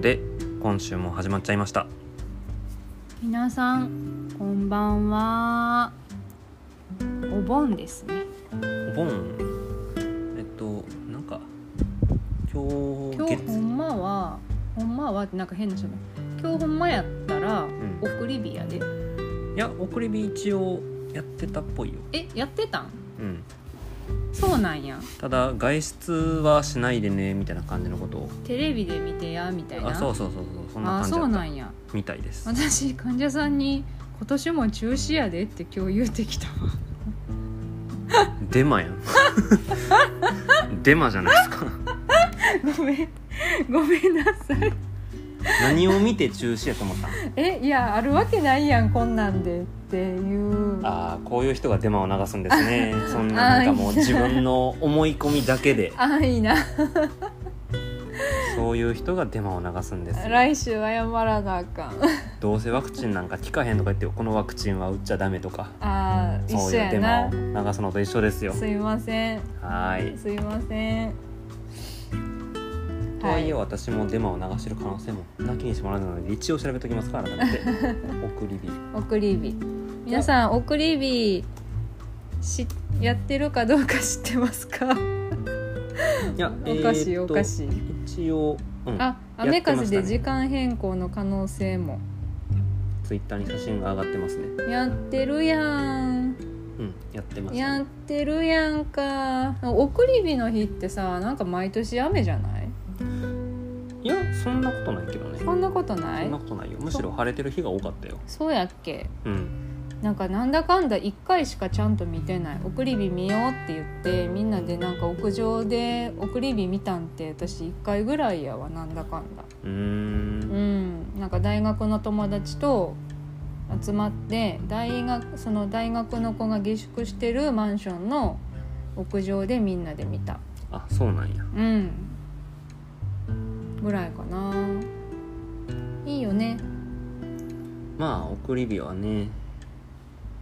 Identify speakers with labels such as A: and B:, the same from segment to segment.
A: で今週も始まっちゃいました
B: 皆さんこんばんはお盆ですね
A: お盆えっとなんか今日
B: 今日ほ
A: 月
B: んまはほんまはってなんか変な人だ今日ほんまやったら、
A: ん
B: 送り火やで
A: いや送り火一応やってたっぽいよ、
B: えやってたん
A: うん、
B: そうなんや
A: ただ外出はしないでねみたいな感じのことを
B: テレビで見てやみたいな
A: あそうそうそうそうそんな
B: あ
A: 感じ
B: そう
A: だ
B: な
A: っ
B: んや
A: たみたいです
B: 私患者さんに今年も中止やでって今日言うてきたわ
A: デマやん デマじゃないですか
B: ごめんごめんなさい
A: 何を見て中止やと思 ったん
B: えいやあるわけないやんこんなんでっていう
A: ああこういう人がデマを流すんです ねそんななんかもう自分の思い込みだけで
B: 安易な
A: そういう人がデマを流すんです よ
B: 来週謝らなあかん
A: どうせワクチンなんか効かへんとか言ってこのワクチンは打っちゃダメとか
B: あー
A: そ
B: 一
A: う
B: 緒
A: いうデ
B: や
A: マ
B: な
A: を流すのと一緒ですよ
B: すいません
A: はーい
B: すいません
A: とはいえ
B: は
A: 私もデマを流してる可能性もなきにしもあらずので一応調べときますから改めて 送り火
B: い送り火皆さん送り火しやってるかどうか知ってますか
A: いや
B: おかしい
A: えーっ
B: お
A: と
B: かしい
A: 一応、うん、
B: あ雨風で時間変更の可能性も
A: ツイッターに写真が上がってますね
B: やってるやん
A: うんやってますね
B: やってるやんか送り火の日ってさなんか毎年雨じゃない
A: いやそんなことないけどね
B: そんなことな
A: そん
B: い
A: なことないよむしろ晴れてる日が多かったよ
B: そうやっけ
A: うん
B: なんかなんだかんだ1回しかちゃんと見てない「送り火見よう」って言ってみんなでなんか屋上で送り火見たんって私1回ぐらいやわなんだかんだ
A: うー
B: うんんなんか大学の友達と集まって大学その大学の子が下宿してるマンションの屋上でみんなで見た
A: あそうなんや
B: うんぐらいかないいよね
A: まあ送り火はね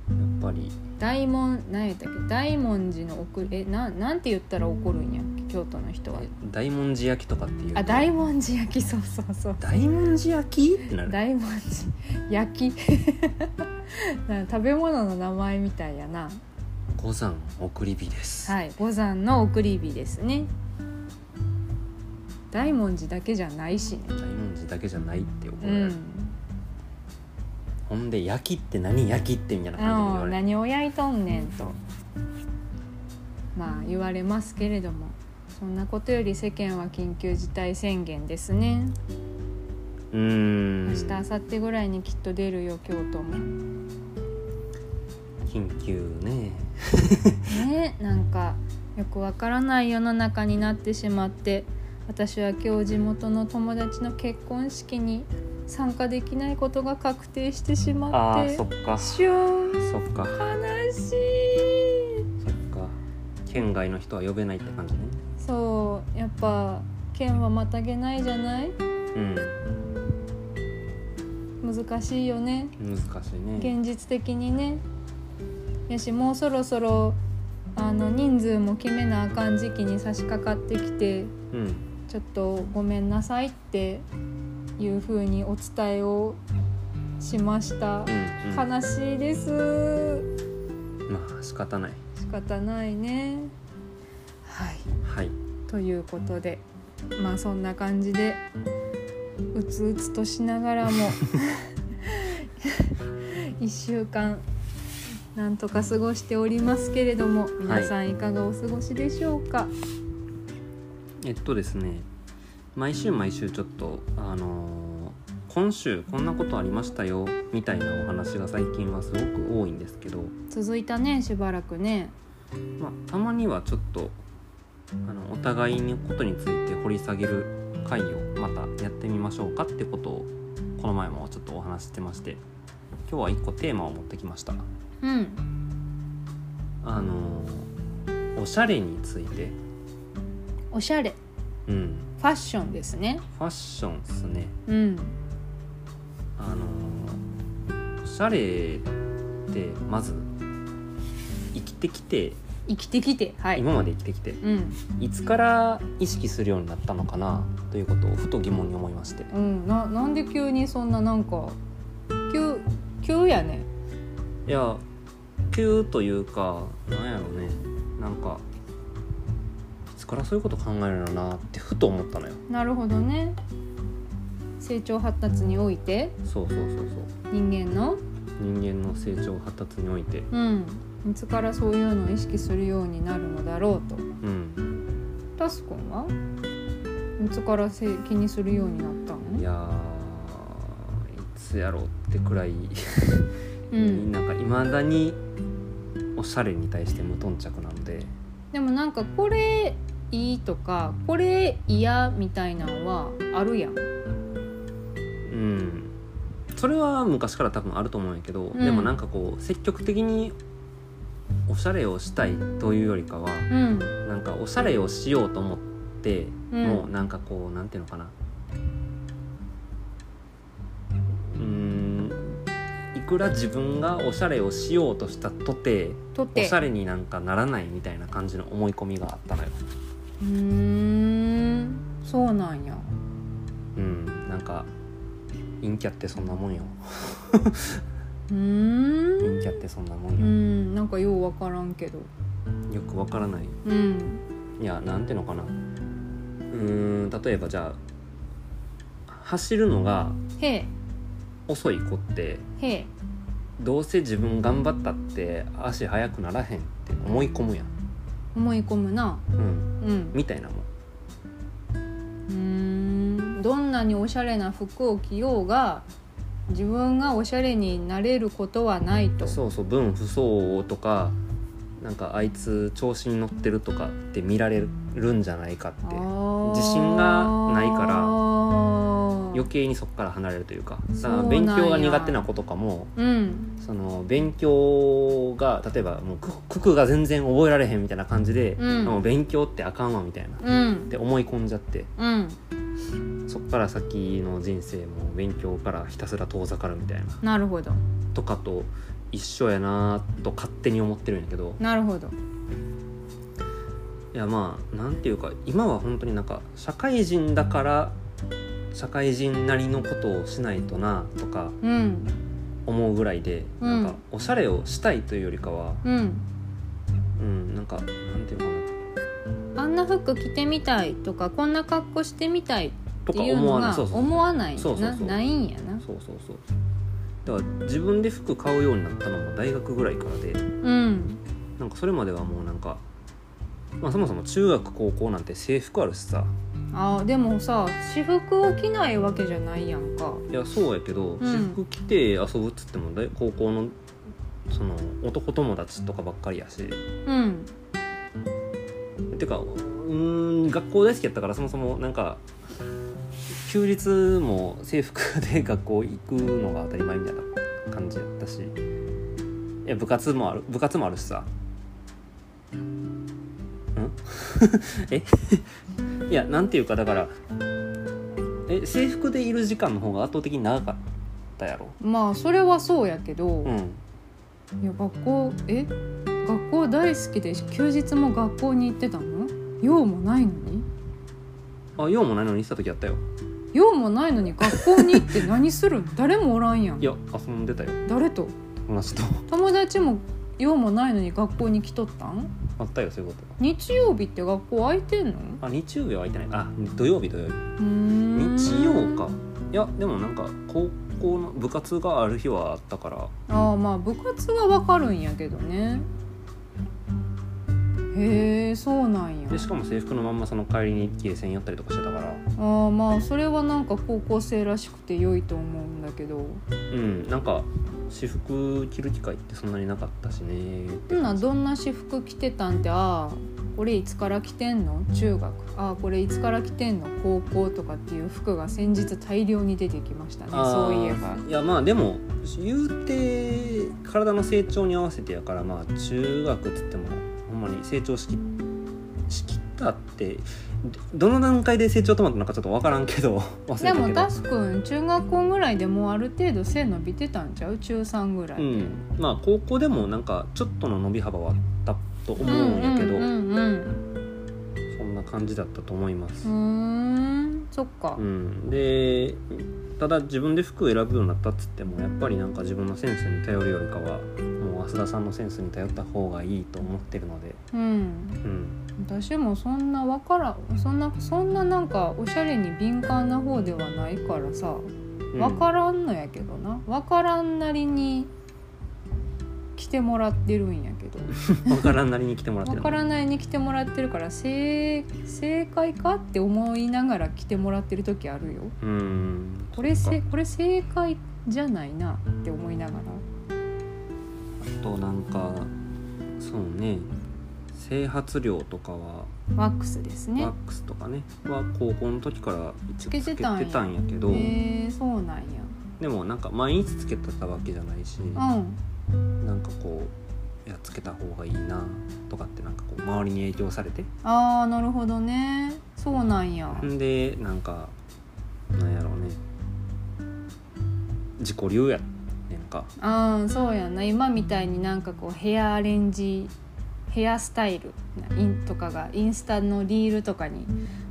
A: やっぱり
B: 大門何やったっけ大文字の送りえなんなんて言ったら怒るんやっけ京都の人は
A: 大文字焼きとかっていう
B: あ大文字焼きそうそうそう
A: 大文字焼きってなる
B: 大文字焼き なんか食べ物の名前みたいやな
A: 五山送り火です、
B: はい五山の送り火ですね大文字だけじゃないしね
A: 大文字だけじゃないって怒
B: う
A: られる、
B: ん
A: ほんで焼きって何焼きってみたいな感じで言
B: あ
A: わ
B: の
A: れる
B: 何を焼いとんねんとまあ言われますけれどもそんなことより世間は緊急事態宣言ですね
A: うーん
B: 明日明後日ぐらいにきっと出るよ京都も
A: 緊急ね
B: ねなんかよくわからない世の中になってしまって私は今日地元の友達の結婚式に参加できないことが確定してしま
A: あ
B: っ
A: ー
B: て
A: そっかそ
B: しゅー
A: っか
B: 悲しい
A: そっか県外の人は呼べないって感じね
B: そうやっぱ県はまたげないじゃない難しいよね
A: うん難しいね
B: 現実的にねやしもうそろそろあの人数も決めなあかん時期に差し掛かってきて
A: うん
B: ちょっとごめんなさいっていう風にお伝えをしました
A: うん、うん、
B: 悲しいです
A: まあ仕方ない
B: 仕方ないねはい
A: はい
B: ということでまあそんな感じでうつうつとしながらも 1週間なんとか過ごしておりますけれども皆さんいかがお過ごしでしょうか、
A: えっとですね毎週毎週ちょっとあのー今週こんなことありましたよみたいなお話が最近はすごく多いんですけど、
B: 続いたねしばらくね
A: まあ、たまにはちょっとあのお互いのことについて掘り下げる回をまたやってみましょうかってことをこの前もちょっとお話ししてまして今日は1個テーマを持ってきました。
B: うん
A: あのーおしゃれについて、
B: おしゃれ
A: うん、
B: ファッションですね
A: ファッションっすね。
B: うん
A: あのーおしゃれってまず生きてきて
B: 生きてきてはい
A: 今まで生きてきて
B: うん、
A: いつから意識するようになったのかなということをふと疑問に思いまして
B: うん、ななんで急にそんななんか急急やね
A: いや急というかなんやろうねなんかいつからそういうこと考えるのなってふと思ったのよ
B: なるほどね成長発達において
A: そうそうそう
B: 人間
A: そ
B: の
A: う人間の成長発達において
B: うんいつからそういうのを意識するようになるのだろうと
A: うん
B: タスくんはいつからせ気にするようになった
A: い
B: の
A: やーいつやろうってくらい、
B: うん、
A: なんかいまだにおしゃれに対して無頓着なので
B: でもなんかこれいいとかこれ嫌みたいなのはあるやん
A: うんそれは昔から多分あると思うんやけど、
B: ん
A: でもなんかこう積極的におしゃれをしたいというよりかは
B: うん
A: なんかおしゃれをしようと思って、
B: うん
A: もうなんかこうなんていうのかなうーんいくら自分がおしゃれをしようとしたとて
B: と
A: お
B: って
A: しゃれになんかならないみたいな感じの思い込みがあったのよ。
B: うーんそうなんや
A: うん、なんか陰キャってそんなもんよ
B: うーん
A: 陰キャってそんなも
B: うん
A: よ、
B: んなんかようわからんけど
A: よくわからない
B: うん
A: いやなんていうのかなうーん例えばじゃあ走るのが
B: へえ
A: 遅い子って
B: へえ
A: どうせ自分頑張ったって足速くならへんって思い込むやん、
B: 思い込むな
A: うん、
B: うん
A: みたいなもん
B: うーんどんなにおしゃれな服を着ようが自分がおしゃれになれることはないと
A: そうそう分不相応とかなんかあいつ調子に乗ってるとかって見られるんじゃないかって自
B: 自
A: 信がないから
B: ら
A: 余計にそこから離れるというか
B: そ
A: だから
B: うなんや
A: 勉強が苦手な子とかも
B: うん
A: その勉強が例えばもうく九九が全然覚えられへんみたいな感じで、
B: うん
A: もう勉強ってあかんわみたいなっ
B: うん
A: て思い込んじゃって
B: うん
A: そこから先の人生も勉強からひたすら遠ざかるみたいな
B: なるほど
A: とかと一緒やなと勝手に思ってるんやけど
B: なるほど
A: いやまあなんていうか今は本当になんか社会人だから社会人なりのことをしないとなとか
B: うん
A: 思うぐらいで、
B: うん
A: なんかおしゃれをしたいというよりかは、
B: うん
A: うん、なんかなんていうのかな
B: あんな服着てみたいとかこんな格好してみたいっ
A: と
B: て
A: か
B: いう
A: 思
B: の
A: わない
B: が
A: そうそう
B: 思わないんや
A: そうそう
B: な
A: そう
B: ないんやな
A: そうそうそうだから自分で服買うようになったのも大学ぐらいからで
B: うん
A: なんかそれまではもうなんか、まあ、そもそも中学高校なんて制服あるしさ
B: あーでもさ私服を着ないわけじゃないやんか
A: いやそうやけど、
B: ん
A: 私服着て遊ぶっつっても大高校のその男友達とかばっかりやし
B: うん
A: てかうーん学校大好きやったからそもそもなんか休日も制服で学校行くのが当たり前みたいな感じやったしいや部活もある部活もあるしさうん え いやなんていうかだからえ制服でいる時間の方が圧倒的に長かったやろ
B: まあそれはそうやけど、
A: うん
B: いや学校え学校大好きで休日も学校に行ってたの用もないのに
A: あ用もないのにした時やったよ
B: 用もないのに学校に行って何 するん誰もおらんやん
A: いや遊んでたよ
B: 誰と
A: 友達と
B: 友達も用もないのに学校に来とったん
A: あったよそういうこ
B: 日曜日って学校空いてんの
A: とあ日曜日は空いてないあ土曜日土曜日
B: うーん
A: 日曜かいやでもなんか高校の部活がある日はあったから
B: ああまあ部活はわかるんやけどねへえそうなんや
A: でしかも制服のまんまその帰りにゲーセンやったりとかしてたから
B: ああまあそれはなんか高校生らしくて良いと思うんだけど
A: うんなんか私服着る機会ってそんなになかったしねって
B: ほな
A: 感じ
B: どんな私服着てたんってああこれいつから着てんの中学ああこれいつから着てんの高校とかっていう服が先日大量に出てきましたね
A: あ
B: そう
A: ー
B: いえば
A: いやまあでも言うて体の成長に合わせてやからまあ中学っつってもほんまに成長しきしきったってどどの段階で成長止まったのかちょっと分からんけど忘れたけ
B: で
A: ど
B: もタスくん中学校ぐらいでもうある程度背伸びてたんちゃう中3ぐらい、
A: うん、まあ高校でもなんかちょっとの伸び幅はあったっと思うんやけど、
B: うんうんうん
A: そんな感じだったと思います
B: う、んうーんそっか、
A: うん、でただ自分で服を選ぶようになったっつってもやっぱりなんか自分のセンスに頼るよりかはもう浅田さんのセンスに頼った方がいいと思ってるので、
B: うん、
A: うん、
B: 私もそんなわからんそんなそんななんかおしゃれに敏感な方ではないからさ
A: うん
B: わからんのやけどなわからんなりに来てもらってるんやけど
A: わからんなりに来てもらって
B: わ
A: る
B: からないに来てもらってるから正正解かって思いながら来てもらってる時あるよ
A: うん
B: これ
A: そっ
B: せ
A: か
B: これ正解じゃないなって思いながら
A: あとなんかそうね整髪料とかは
B: ワックスですね
A: ワックスとかねは高校の時から一応つ
B: つけ
A: け
B: て
A: て
B: た
A: た
B: んや
A: んやけど、
B: へえそうなん
A: でもなんか毎日つけてたわけじゃないし、
B: やうん
A: なんかこういやつけた方がいいなとかってなんかこう周りに影響されて
B: あーなるほどねそうなんや
A: んでなんかなんやろうね自己流やねんか
B: ああそうやな今みたいになんかこうヘアアレンジヘアスタイルインとかがインスタのリールとかに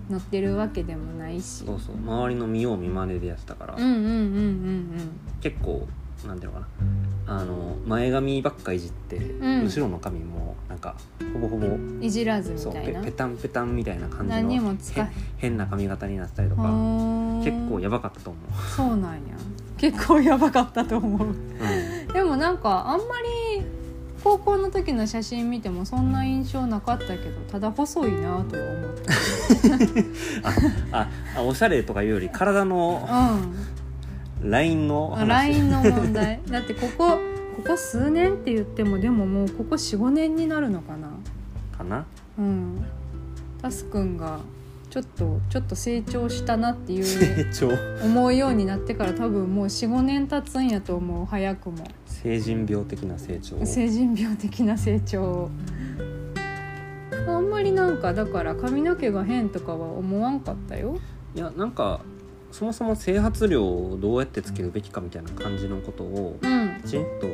B: 載ってるわけでもないし
A: そうそう周りの見よう見まねでやってたから、
B: うんうんうん
A: 結構なんていうのかなあの前髪ばっかいじって、
B: ん
A: 後ろの髪もなんかほぼほぼ
B: うんうんいじらずみ
A: そう
B: た
A: ペ
B: いな
A: ペタンペタンみたいな感じ
B: 何に
A: の
B: も使
A: へ変な髪型になったりとか結
B: 結
A: 構やばかったと思 う、
B: そうなんや結構やばかったと思う
A: うん
B: でもなんかあんまり高校の時の写真見てもそんな印象なかったけどただ細いなとは思った
A: ああおしゃれとかいうより体の
B: うん
A: ラインの
B: あ
A: 話
B: LINE の問題だってここここ数年って言ってもでももうここ45年になるのかな
A: かな
B: うんタスくんがちょっとちょっと成長したなっていう
A: 成長
B: 思うようになってから多分もう45年経つんやと思う早くも
A: 成人病的な成長
B: 成人病的な成長あんまりなんかだから髪の毛が変とかは思わんかったよ
A: いやなんかそもそも整髪料をどうやってつけるべきかみたいな感じのことを
B: うん
A: きちんと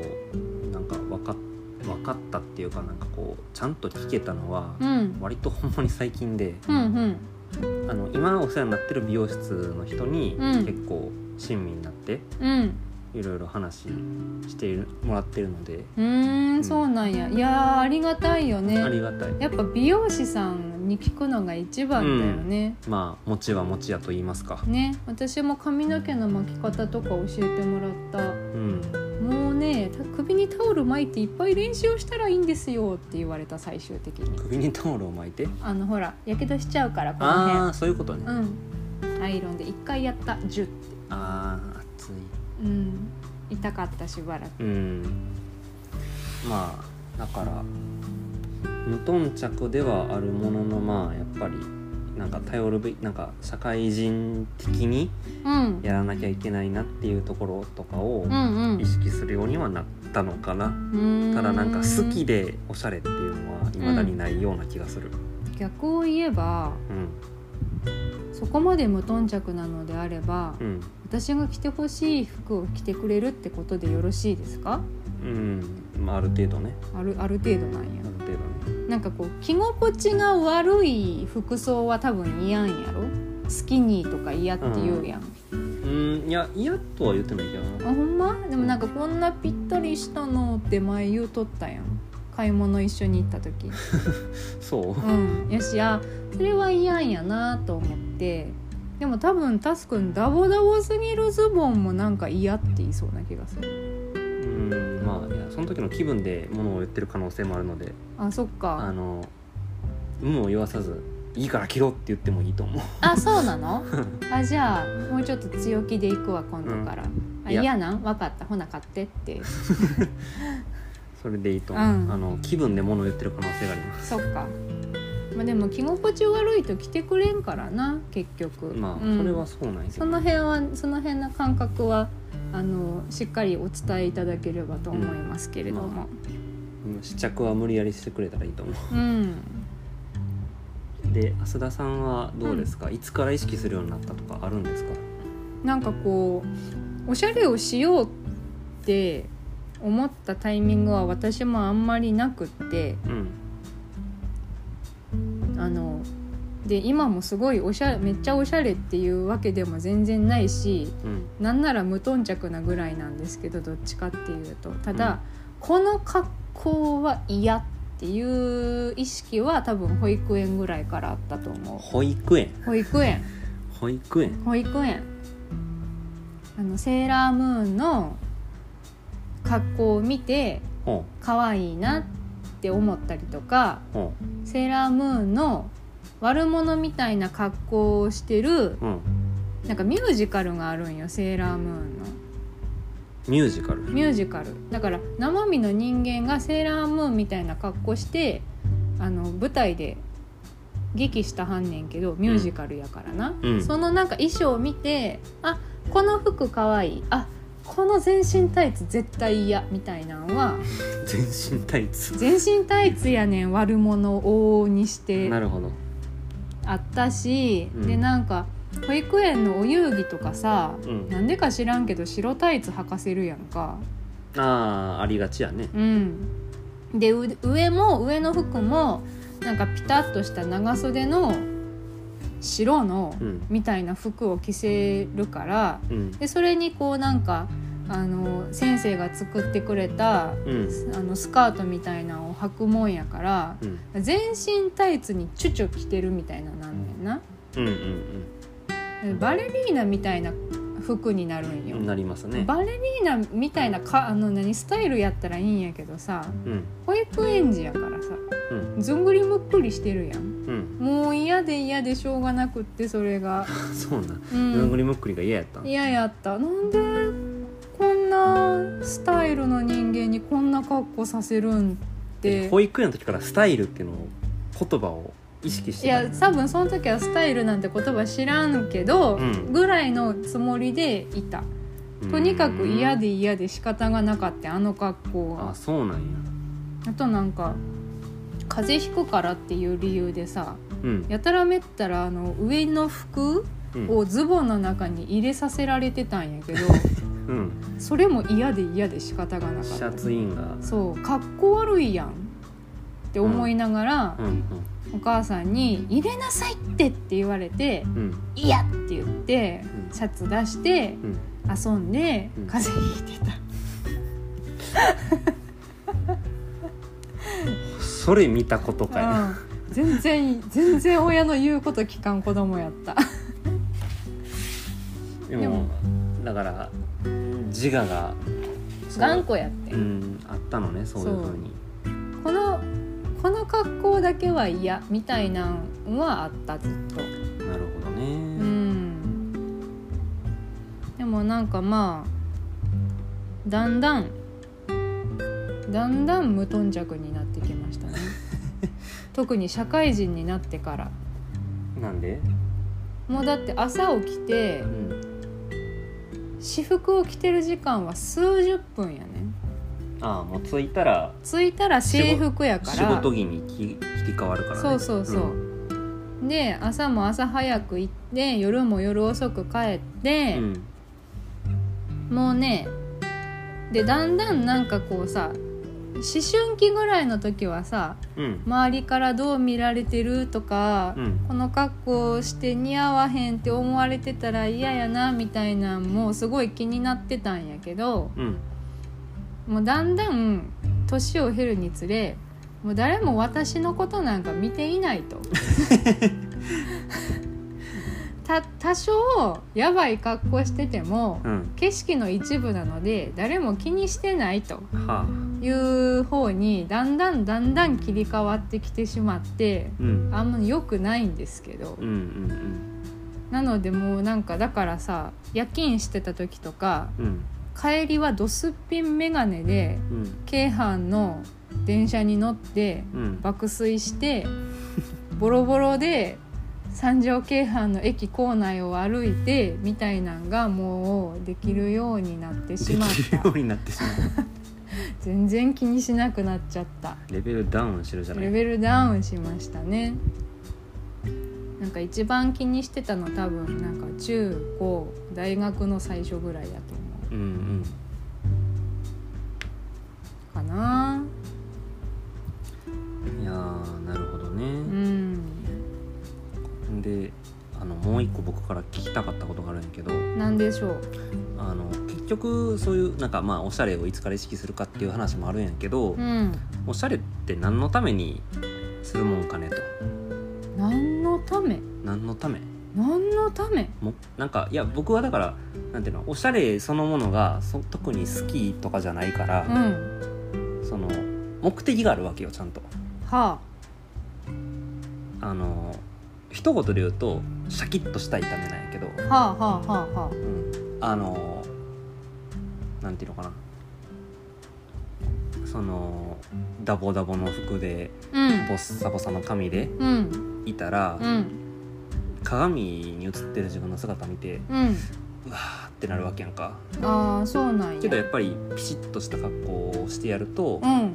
A: なんか分か分かったっていうかなんかこうちゃんと聞けたのは
B: うん
A: 割とほんまに最近で
B: うん
A: あの今お世話になってる美容室の人に
B: うん
A: 結構親身になって
B: うんうん
A: いろいろ話してもらってるので
B: うーんそうなんやいやーありがたいよね
A: ありがたい
B: やっぱ美容師さんに聞くのが一番だよね。
A: まあ持ちは持ちやと言いますか
B: ね、私も髪の毛の巻き方とか教えてもらった
A: うん
B: もうねた首にタオル巻いていっぱい練習をしたらいいんですよって言われた最終的に
A: 首にタオルを巻いて
B: あのほらやけどしちゃうからこ
A: ああ
B: の
A: ーそういうことね、
B: 辺うんアイロンで1回やった10って
A: ああ暑い
B: うん痛かったしばら
A: う
B: く
A: んまあだから無頓着ではあるもののまあやっぱりなんか頼るべなんか社会人的に
B: うん
A: やらなきゃいけないなっていうところとかを
B: うんうん
A: 意識するようにはなったのかな、
B: うーん
A: ただなんか好きでおしゃれっていうのは未だにないような気がする
B: 逆を言えば
A: う
B: そこまで無頓着なのであれば、
A: ん
B: 私が着てほしい服を着てくれるってことでよろしいですか
A: うん、うんまあ、ある程度ね
B: あるある程度なん
A: あ
B: や
A: る程度ね
B: なんかこう着心地が悪い服装は多分嫌んやろスキニーとか嫌って言うやん、
A: うんいや嫌とは言ってないけどな
B: あほんまでもなんかこんなぴったりしたのって前言うとったやん買い物一緒に行った時
A: そう
B: うんやしあそれは嫌んやなと思ってでも多分タスくんダボダボすぎるズボンもなんか嫌って言いそうな気がする
A: うんまあいやその時の気分でものを言ってる可能性もあるので
B: あそっ
A: あ
B: か
A: の有無を言わさず「いいから切ろ」うって言ってもいいと思
B: あそう なのあじゃあもうちょっと強気でいくわ今度から、あ
A: いや
B: 嫌なん分かったほな買ってって
A: うそれでいいと思う、
B: うん
A: あの気分でものを言ってる可能性があります
B: そっか、まあ、でも着心地悪いと着てくれんからな結局
A: まあ、
B: うん
A: それはそうなんやけ
B: そ
A: ど
B: の辺はその辺の感覚はあのしっかりお伝えいただければと思いますけれども
A: うん試着は無理やりしてくれたらいいと思
B: うん、
A: うで浅田さんはどうですか、いつから意識するようになったとかあるんですか
B: なんかこうおしゃれをしようって思ったタイミングは私もあんまりなくって
A: うん
B: あので今もすごいおしゃれめっちゃおしゃれっていうわけでも全然ないし
A: うん
B: なんなら無頓着なぐらいなんですけどどっちかっていうとただ、この格好は嫌っていう意識は多分保育園ぐらいからあったと思う
A: 保育園
B: 保育園
A: 保育園
B: 保育園あのセーラームーンの格好を見て
A: ほ
B: 可愛いなって思ったりとか
A: うほ
B: セーラームーンの悪者みたいな格好をしてる
A: ううん
B: なんかミュージカルがあるんよセーラームーンの。
A: ミュージカル
B: ミュージカルだから生身の人間がセーラームーンみたいな格好してあの舞台で劇したはんねんけどミュージカルやからな、
A: うん
B: そのなんか衣装を見てあこの服かわいいあこの全身タイツ絶対嫌みたいなんは
A: 全身タイツ
B: 全身タイツやねん悪者を往々にして
A: なるほど
B: あったし、
A: うん
B: でなんか保育園のお遊戯とかさ、
A: うん
B: なんでか知らんけど白タイツ履かせるやんか。
A: ああありがちやね
B: うん、でう上も上の服もなんかピタッとした長袖の白の
A: うん
B: みたいな服を着せるから
A: うん
B: でそれにこうなんかあの先生が作ってくれたあ
A: うん
B: のスカートみたいなのを履くもんやから
A: うん
B: 全身タイツにチュチュ着てるみたいななんねんな
A: うん
B: でバレリーナみたいな服になるん
A: うん
B: よ
A: うん。なりますね
B: バレリーナみたいなかあの何スタイルやったらいいんやけどさ
A: うん
B: 保育園児やからさ
A: うん
B: ずんぐりむっくりしてるやん
A: うん
B: もう嫌で嫌でしょうがなくってそれが
A: そうなん
B: う
A: ぬんぐ
B: ん
A: りむっくりが嫌やったん
B: 嫌やったなんでこんなスタイルの人間にこんな格好させるんって
A: 保育園の時からスタイルっていうのを言葉を意識し
B: い
A: てた
B: や多分その時はスタイルなんて言葉知らんけど、
A: うん
B: ぐらいのつもりでいたとにかく嫌
A: で
B: で嫌で仕方がなかったあの格好が
A: あそうなん
B: あとなんか風邪ひくからっていう理由でさ
A: やうん
B: やたらめったらあの上の服
A: うん
B: をズボンの中に入れさせられてたんや けど
A: うん
B: それも嫌で嫌で仕方がなか
A: シ
B: った
A: ャツインが
B: そうかっこ悪いやんって思いながら
A: う、ん
B: お母さんに「入れなさいって!」って言われて
A: うんうん
B: 「嫌!」って言って
A: うん
B: シャツ出して
A: うん
B: 遊んで
A: うん
B: 風邪ひいてた、
A: それ見たことかいな
B: うん全然全然親の言うこと聞かん子供やった
A: で
B: で
A: も
B: も
A: だから自我がそう
B: 頑固やって、
A: うんあったのねそういうふうに
B: このこの格好だけは嫌みたいなんはあったずっと
A: なるほど
B: う
A: ね
B: んでもなんかまあだんだんだんだん無頓着になってきま したね特に社会人になってから
A: なんで
B: もうだって朝起きて
A: うん
B: 私服を着てる時間は数十分やね
A: ああもう着いたら
B: 着いたら制服やから
A: 仕事着にき切り替わるからね
B: そうそうそう、で朝も朝早く行って夜も夜遅く帰っ
A: う
B: て、
A: ん
B: もうねでだんだんなんかこうさ思春期ぐらいの時はさ
A: うん
B: 周りからどう見られてるとか、
A: うん
B: この格好して似合わへんって思われてたら嫌やなみたいなんもすごい気になってたんやけど
A: うん
B: もうだんだん年を経るにつれもう誰も私のことなんか見ていない とた多少やばい格好してても
A: うん
B: 景色の一部なので誰も気にしてないと
A: はあ
B: いう方にだんだんだんだん切り替わってきてしまって
A: うん
B: あんま良くないんですけど
A: うんうん
B: なのでもうなんかだからさ夜勤してた時とか
A: うんうん
B: 帰りはドスッピンメガネで
A: うん
B: 京阪の電車に乗って
A: うん
B: 爆睡 してボロボロで三条京阪の駅構内を歩いてみたいなんがもうできるようになってし
A: で
B: まっ
A: きる
B: た
A: ようになってしまう
B: 全然気にしなくなっちゃった
A: レベルダウンしてるじゃな
B: レ
A: い
B: ベルダウンしましたねなんか一番気にしてたの多分なんか中高大学の最初ぐらいだと思
A: うんうん
B: うかない
A: やーなるほど
B: う
A: ね
B: ん
A: から聞きたかったことがあるんやけど
B: なんでしょう
A: あの結局そういうなんかまあおしゃれをいつから意識するかっていう話もあるんやけど、
B: うん
A: おしゃれって何のためにするもんかねと
B: 何のため
A: 何のため
B: 何のため
A: もなんかいや僕はだからなんていうのおしゃれそのものがそ特に好きとかじゃないか
B: う
A: ら、
B: ん
A: その目的があるわけよちゃんと。
B: は
A: あの一言で言うとシャキッとしたいためなんやけど、
B: あはあはあはあは
A: うんあのなんていうのかなそのダボダボの服で
B: あうん
A: ボッサボサの髪で
B: うん
A: いたら、
B: うん
A: 鏡に映ってる自分の姿見て
B: うん
A: うわーってなるわけやんか
B: ああそうなんや
A: けどやっぱりピシッとした格好をしてやると
B: うん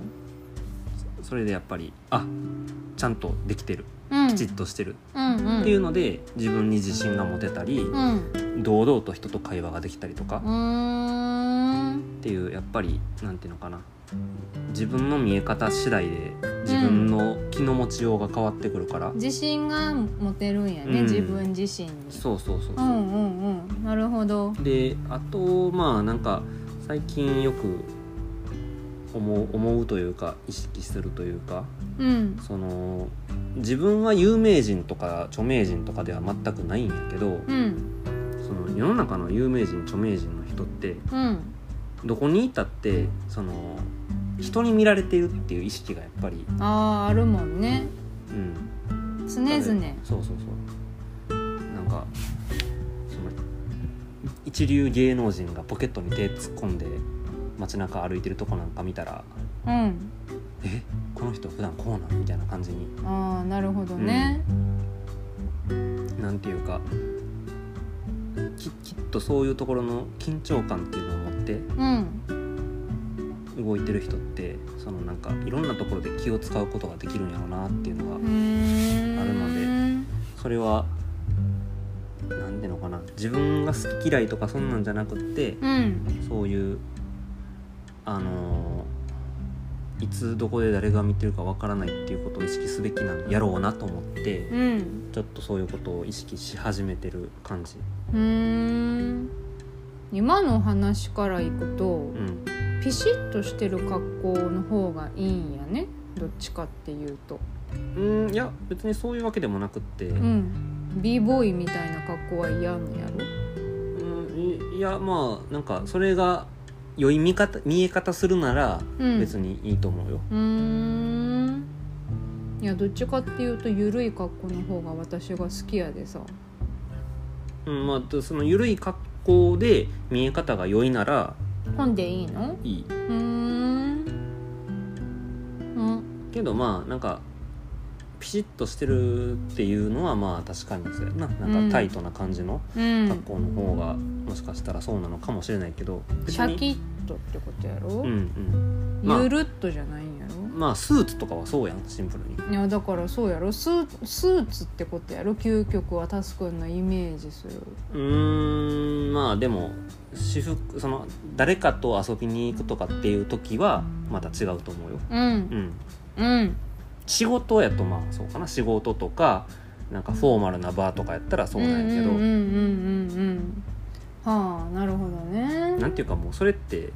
A: それでやっぱりあちゃんとできてる
B: うん
A: きちっとしてる
B: うんうん
A: っていうので自分に自信が持てたり
B: うん
A: 堂々と人と会話ができたりとか
B: うーん
A: っていうやっぱりなんていうのかな自分の見え方次第で自分の気の持ちようが変わってくるから、
B: 自信が持てるんやね、
A: うん
B: 自分自身に
A: そうそうそうそうう、
B: んうんうんなるほど
A: であとまあなんか最近よく思う思うというか意識するというか
B: うん
A: その自分は有名人とか著名人とかでは全くないんやけど
B: うん
A: その世の中の有名人著名人の人って
B: うん
A: どこにいたってその人に見られてるっていう意識がやっぱり、
B: あーあるもんね
A: うん、
B: 常々
A: そうそうそうなんかその一流芸能人がポケットに手突っ込んで街中歩いてるとこなんか見たら
B: うん
A: 「えこの人普段こうなん?」みたいな感じに
B: ああなるほどね
A: なんていうかききっとそういうところの緊張感っていうのを持って
B: うん
A: 動いてる人ってそのなんかいろんなところで気を使うことができるんやろうなっていうのが
B: うーん
A: あるのでそれは何ていうのかな自分が好き嫌いとかそんなんじゃなくって
B: うん
A: そういうあのーいつどこで誰が見てるかわからないっていうことを意識すべきなんやろうなと思って、
B: うん
A: ちょっとそういうことを意識し始めてる感じ。
B: うーん今の話からいくと
A: うん、
B: ピシッとしてる格好の方がいいんやねどっちかっていうと
A: うんいや別にそういうわけでもなくって、う
B: うんん b ボーイみたいな格好は嫌なんやろ
A: いいやまあなんかそれが良い見方見え方するなら
B: うん
A: 別にいいと思うよ。
B: うーんいやどっちかっていうと緩い格好の方が私が好きやでさ
A: うんまあ、とその緩い格好で見え方が良いなら
B: 本でいいの
A: いいう
B: ーんうん
A: けどまあなんかピシッとしてるっていうのはまあ確かにそうやなな
B: うんん
A: かタイトな感じの
B: うん
A: 格好の方がもしかしたらそうなのかもしれないけど
B: シャキッとってことやろ、
A: うんうんまあ
B: ゆるっとじゃないんやろ、
A: まあスーツとかはそうやんシンプルに
B: いやだからそうやろスースーツってことやろ究極はタスくんのイメージする
A: うーんまあでも私服その誰かと遊びに行くとかっていう時はまた違うと思うよ
B: う
A: うんん
B: うん
A: 仕事やとまあそうかな仕事とかなんかフォーマルなバーとかやったらそうなんやけど、
B: うんうんうんうんうんはあなるほどね
A: なんていうかもうそれって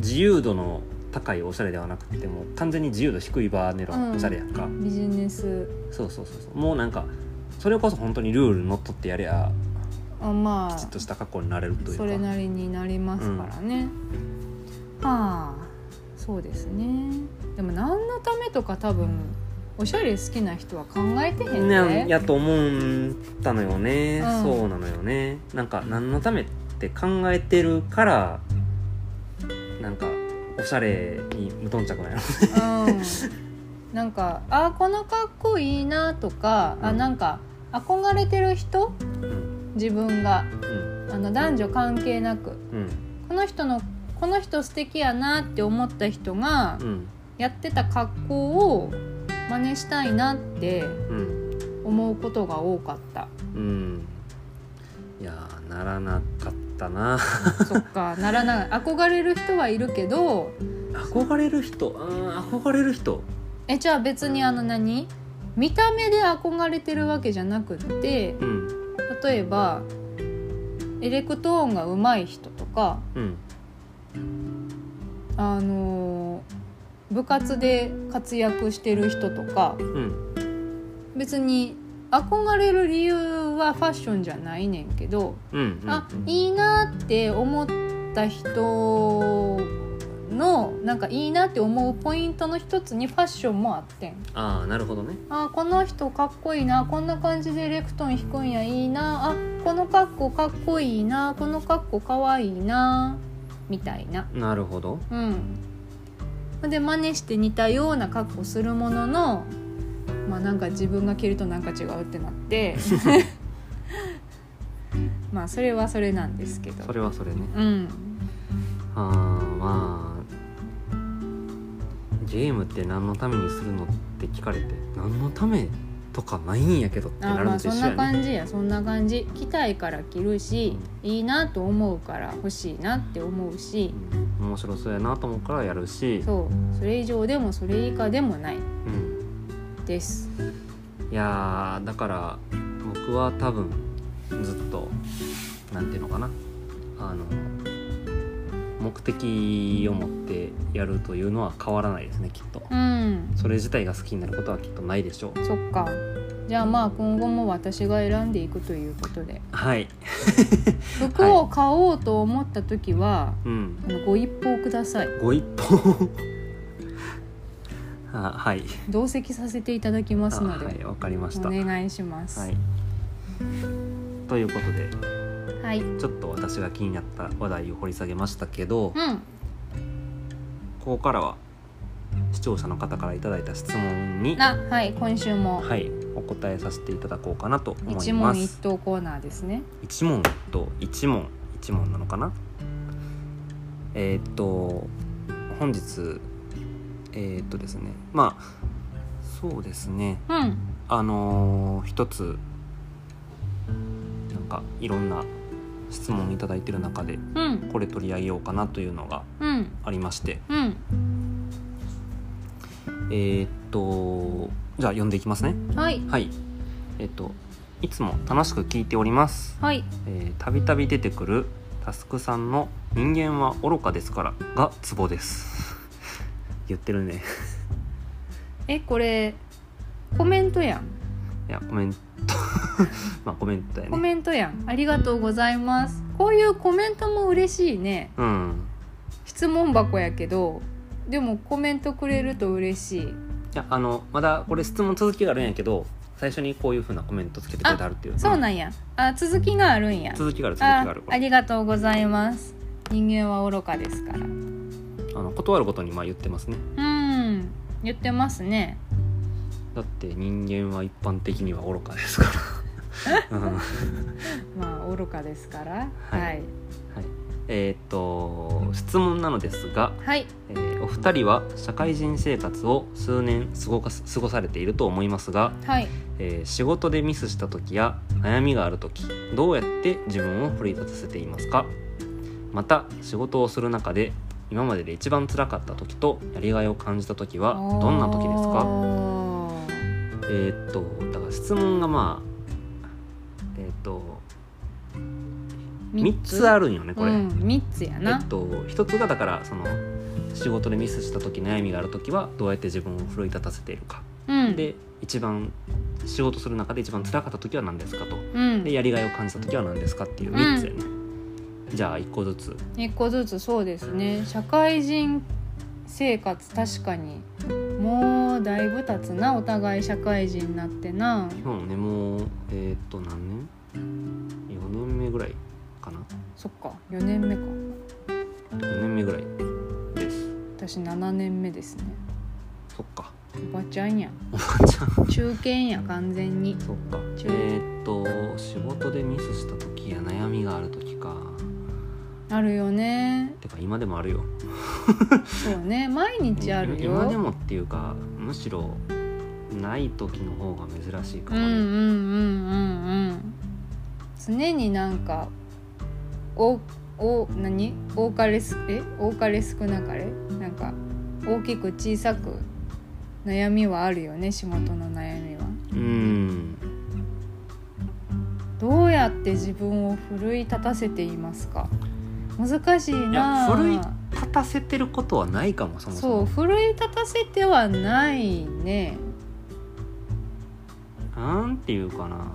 A: 自由度の高いおしゃれではなくてもう完全に自由度低いバーネロ
B: うん
A: おしゃれやんか、
B: ビジネス
A: そうそうそうそうもうなんかそれこそ本当にルールにのっとってやりゃ
B: あまあ
A: きちっとした格好になれるというか
B: それなりになりますからね、まあそうですねでも何のためとか多分おしゃれ好きな人は考えてへん
A: ね
B: ね
A: やと思ったのよね、
B: うん
A: そうなのよねなんか何のためって考えてるからなんかおしゃれに無頓着な の
B: うん、なんかあこの格好いいなとか、あ
A: うん
B: なんか憧れてる人
A: うん
B: 自分が
A: うん
B: あの男女関係なく
A: うん
B: この人のこの人素敵やなって思った人が
A: うん
B: やってた格好を真似したいなって
A: うん
B: 思うことが多かった
A: うんいやーならなかったな
B: そっ かならない憧れる人はいるけど
A: 憧れる人うん憧れる人
B: えじゃあ別にあの何見た目で憧れてるわけじゃなくって
A: うん
B: 例えばエレクトーンが上手い人とか、
A: うん
B: あのー部活で活躍してる人とか
A: うん
B: 別に憧れる理由はファッションじゃないねんけど、
A: うんうん
B: あいいなって思った人のなんかいいなって思うポイントの一つにファッションもあってん
A: ああなるほどね
B: あこの人かっこいいなこんな感じでエレクトーン弾くんやいいなあこの格好かっこいいなこの格好かわいいなみたいな
A: なるほど
B: うんで真似して似たような格好するもののまあなんか自分が着るとなんか違うってなって まあそれはそれなんですけど
A: それはそれね
B: うん
A: あーまあゲームって何のためにするのって聞かれて何のためとかないんやけどって
B: あ
A: なるの
B: まあ
A: と
B: そ
A: 一緒
B: んな
A: やね
B: 感じやそんな感じ着たいから着るしいいなと思うから欲しいなって思うし
A: うん面白そうやなと思うからやるし
B: そうそれ以上でもそれ以下でもない
A: うん、
B: です
A: いやーだから僕は多分ずっとなんていうのかなあの目的を持ってやるというのは変わらないですねきっと
B: うん
A: それ自体が好きになることはきっとないでしょう
B: そっかじゃあまあ今後も私が選んでいくということで
A: はい
B: 服を買おうと思った時は、
A: うん
B: あのご一報ください
A: ご一報 あはい
B: 同席させていただき
A: あ
B: ますので、
A: はいわかりました、
B: お願いします
A: はい、ということで
B: はい
A: ちょっと私が気になった話題を掘り下げましたけど、こ
B: うん
A: こからは視聴者の方からいただいた質問に、
B: なはい今週も
A: はい、お答えさせていただこうかなと思います
B: 一問一答コーナーですね
A: 一問と一問一問なのかなえーっと本日えーっとですねまあそうですね
B: うん
A: あのー一つなんかいろんな質問いただいてる中で
B: うん
A: これ取り上げようかなというのが
B: うん
A: ありまして
B: うん
A: えーっとじゃあ読んでいきますね
B: はい
A: はいえーっといつも楽しく聞いております
B: はい
A: えーたびたび出てくるタスクさんの「人間は愚かですから」がツボです 言ってるね
B: えこれコメントやん
A: いやコメント まあコメントだよ
B: コ
A: ね
B: メントやんありがとうございますこういうコメントも嬉しいね
A: うん
B: 質問箱やけどでもコメントくれると嬉しい
A: いやあのまだこれ質問続きがあるんやけど最初にこういうふうなコメントつけてくれてあるっていう
B: そうなんんやあ続きがあるんや
A: 続きがある続き
B: あ
A: があるこ
B: あ
A: れ
B: りがとうございます人間は愚かですから
A: あの断ることにまあ言ってますね
B: うん言ってますね
A: だって人間は一般的には愚かですから、 うんはい、
B: まあ愚かですから
A: はい
B: はい
A: えーっと質問なのですが
B: はい
A: えーお二人は社会人生活を数年過ごかす過ごされていると思いますが、
B: はい
A: えー仕事でミスした時や悩みがある時どうやって自分を奮い立たせていますかまた仕事をする中で今までで一番辛かった時とやりがいを感じた時はどんな時ですか
B: おー
A: えーっとだから質問がまあえーっと3つあるんよねこれ。
B: うん、3つや
A: え
B: な
A: っと、一つがだからその仕事でミスした時悩みがある時はどうやって自分を奮い立たせているか、
B: うん
A: で一番仕事する中で一番辛かった時は何ですかと
B: うん
A: でやりがいを感じた時は何ですかっていう3つやね、じゃあ1個ずつ
B: 一個ずつそうですね社会人生活確かにもうだいぶ経つなお互い社会人になってな
A: 今もねもうえーっと何年 ?4 年目ぐらいかな
B: そっか4年目か
A: 4年目ぐらいです
B: 私7年目ですね
A: そっか
B: おばちゃんや
A: おばちゃん
B: 中堅や完全に
A: そっか
B: 中
A: えーっと仕事でミスした時や悩みがある時か
B: あるよね
A: てか今でもあるよ
B: そうね毎日あるよ
A: 今でもっていうかむしろない時の方が珍しいか
B: うん
A: も
B: う
A: ね、
B: んうんうんうん常になんかおお何多かれすえ多かれ少なかれなんか大きく小さく悩みはあるよね仕事の悩みは
A: うん
B: どうやって自分を奮い立たせていますか難しいない
A: や奮い立たせてることはないかもそもそ
B: そう
A: も
B: 奮い立たせてはないね
A: なんていうかな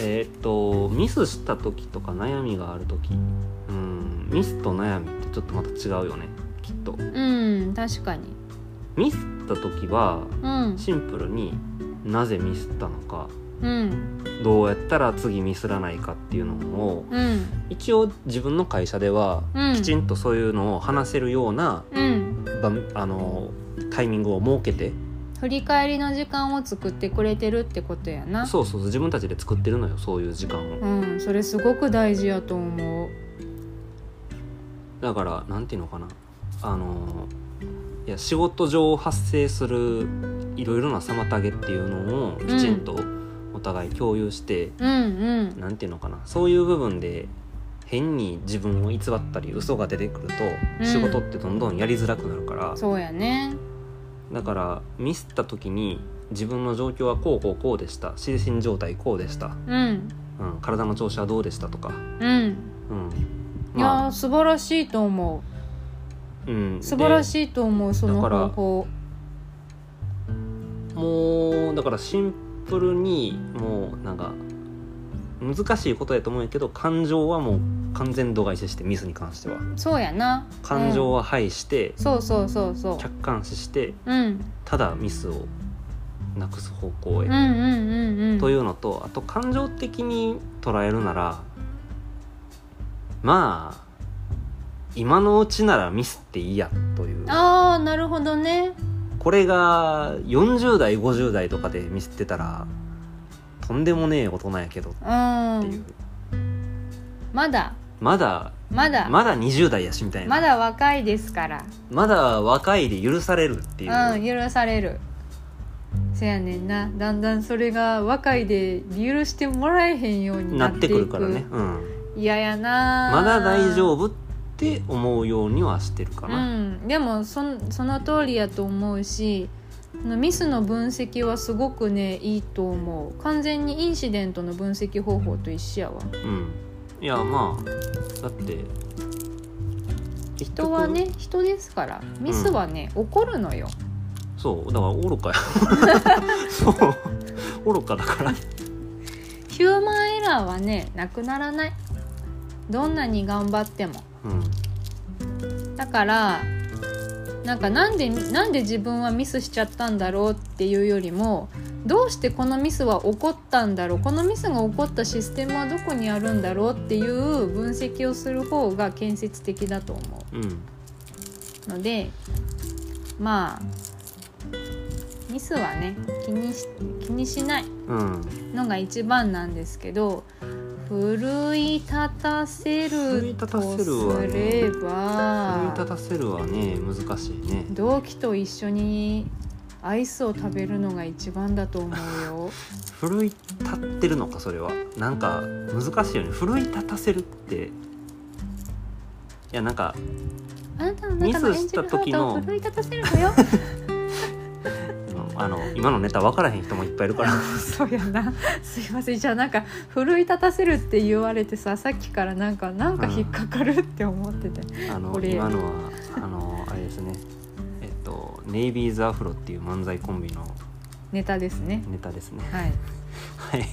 A: えーっとミスした時とか悩みがある時うんミスと悩みってちょっとまた違うよねきっと
B: うん確かに
A: ミスった時は
B: うん
A: シンプルになぜミスったのか
B: うん
A: どうやったら次ミスらないかっていうのを
B: うん
A: 一応自分の会社では
B: うん
A: きちんとそういうのを話せるような
B: うん
A: 場あのタイミングを設けて
B: 振り返りの時間を作ってくれてるってことやな
A: そうそうそう自分たちで作ってるのよそういう時間を
B: うんそれすごく大事やと思う
A: だからなんていうのかなあのいや仕事上発生するいろいろな妨げっていうのをきちんとお互い共有して、
B: うん
A: なんていうのかなそういう部分で変に自分を偽ったり嘘が出てくる
B: う
A: と
B: ん
A: 仕事ってどんどんやりづらくなるから
B: うん、そうやね
A: だからミスった時に自分の状況はこうこうこうでした精神状態こうでした、
B: うん
A: うん、体の調子はどうでしたとか、
B: うん
A: うん
B: い
A: ま
B: や
A: あ
B: ー素晴らしいと思
A: うん、
B: う素晴ら
A: い
B: しいと思うその
A: だから
B: 方法
A: もうだからシンプルにもうなんか難しいことやと思うんやけど感情はもう完全度外視してミスに関しては
B: そうやな
A: 感情
B: は、
A: は排して
B: うんそうそうそうそう
A: 客観視して
B: うん
A: ただミスをなくす方向へ、
B: うんうんうんうん
A: というのとあと感情的に捉えるならまあ今のうちならミスっていいやという
B: ああなるほどね
A: これが40代50代とかでミスってたらとんでもねえ大人やけどっ
B: う
A: ていうん
B: まだ
A: まだ
B: まだ
A: まだ20代やしみたいな
B: まだ若いですから
A: まだ若いで許されるっていう、
B: うん許されるせやねんなだんだんそれが若いで許してもらえへんようにな
A: なっ
B: っ
A: てて
B: い
A: く
B: く
A: るからね、うん、
B: 嫌やな
A: まだ大丈
B: 夫
A: 夫って思うようにはしてるか
B: う
A: な、
B: んでもそんその通りやと思うしあのミスの分析はすごくねいいと思う完全にインシデントの分析方法と一緒やわ
A: うんいやまあだって結局
B: 人はね人ですからミスはね、起こるのよ
A: そうだから愚かや そう愚かだから
B: ヒューマンエラーはねなくならないどんなに頑張っても
A: うん
B: だからなんかなんでなんで自分はミスしちゃったんだろうっていうよりもどうしてこのミスは起こったんだろうこのミスが起こったシステムはどこにあるんだろうっていう分析をする方が建設的だと思
A: うん
B: うのでまあミスはね気にし気にしない
A: うん
B: のが一番なんですけど奮い立たせ
A: 奮い
B: る
A: 立た
B: と
A: せ
B: す
A: るはね
B: れ
A: 奮い
B: ば
A: 立たせるはね難しいね
B: 同期と一緒にアイスを食べるのが一番だと思うよ。
A: 奮い立ってるのかそれはなんか難しいよね奮い立たせるっていやなんか
B: あなたの中のエンジェルハートを奮い立たせるのよ。
A: あの今のネタ分からへん人もいっぱいいるから
B: そうやな。すいません。じゃあなんか奮い立たせるって言われてさ、さっきからなんかなんか引っかかるって思ってて。
A: あの
B: これ
A: 今のはあのあれですねえっとネイビーズアフロっていう漫才コンビの
B: ネタですね。
A: ネタですね は
B: はい。
A: い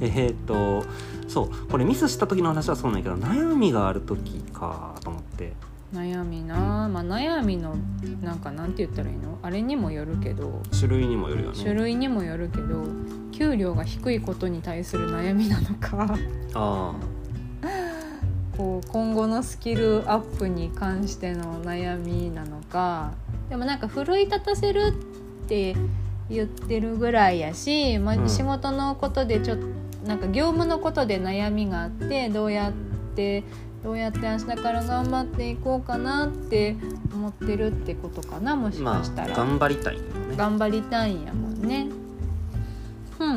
A: えっとそうこれミスした時の話はそうなんやけど悩みがある時かと思って
B: 悩みなあ。まあ悩みのなんかなんて言ったらいいの？あれにもよるけど。
A: 種類にもよるよね
B: 種類にもよるけど給料が低いことに対する悩みなのか
A: あ
B: こう今後のスキルアップに関しての悩みなのかでもなんか奮い立たせるって言ってるぐらいやし、ま
A: う
B: あ、
A: ん
B: 仕事のことでちょっとなんか業務のことで悩みがあってどう
A: あ
B: やってどうやって明日から頑張っていこうかなって思ってるってことかなもし
A: ま
B: か
A: あ
B: したら、
A: 頑張りたいよね
B: 頑張りたいんやもんね。うん、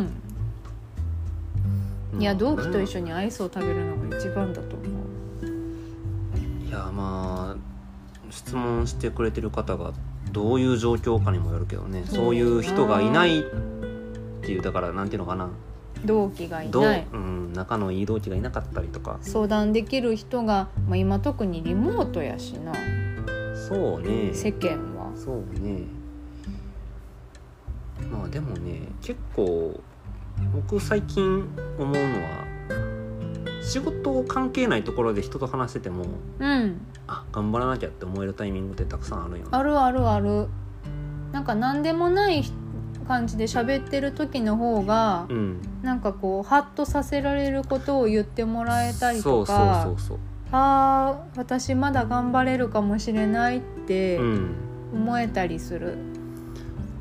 B: いや
A: まあ
B: 同期と
A: ね
B: 一緒にアイスを食べるのが一番だと思う。
A: いやまあ質問してくれてる方がどういう状況かにもよるけどね
B: そう
A: そういう人がいないっていうだからなんていうのかな
B: 同期がい
A: どう
B: ない、
A: うん、仲のいい同期がいなかったりとか
B: 相談できる人が、まあ、今特にリモートやしな
A: そうね
B: 世間は
A: そうねまあでもね結構僕最近思うのは仕事関係ないところで人と話してても
B: うん
A: あ頑張らなきゃって思えるタイミングってたくさんあるよね
B: あるあるあるなんか何でもないひ感じで喋ってる時の方が、
A: うん
B: なんかこうハッとさせられることを言ってもらえたり
A: そ
B: と
A: うそう
B: か
A: そうそう
B: あー私まだ頑張れるかもしれないって
A: うん
B: 思えたりする、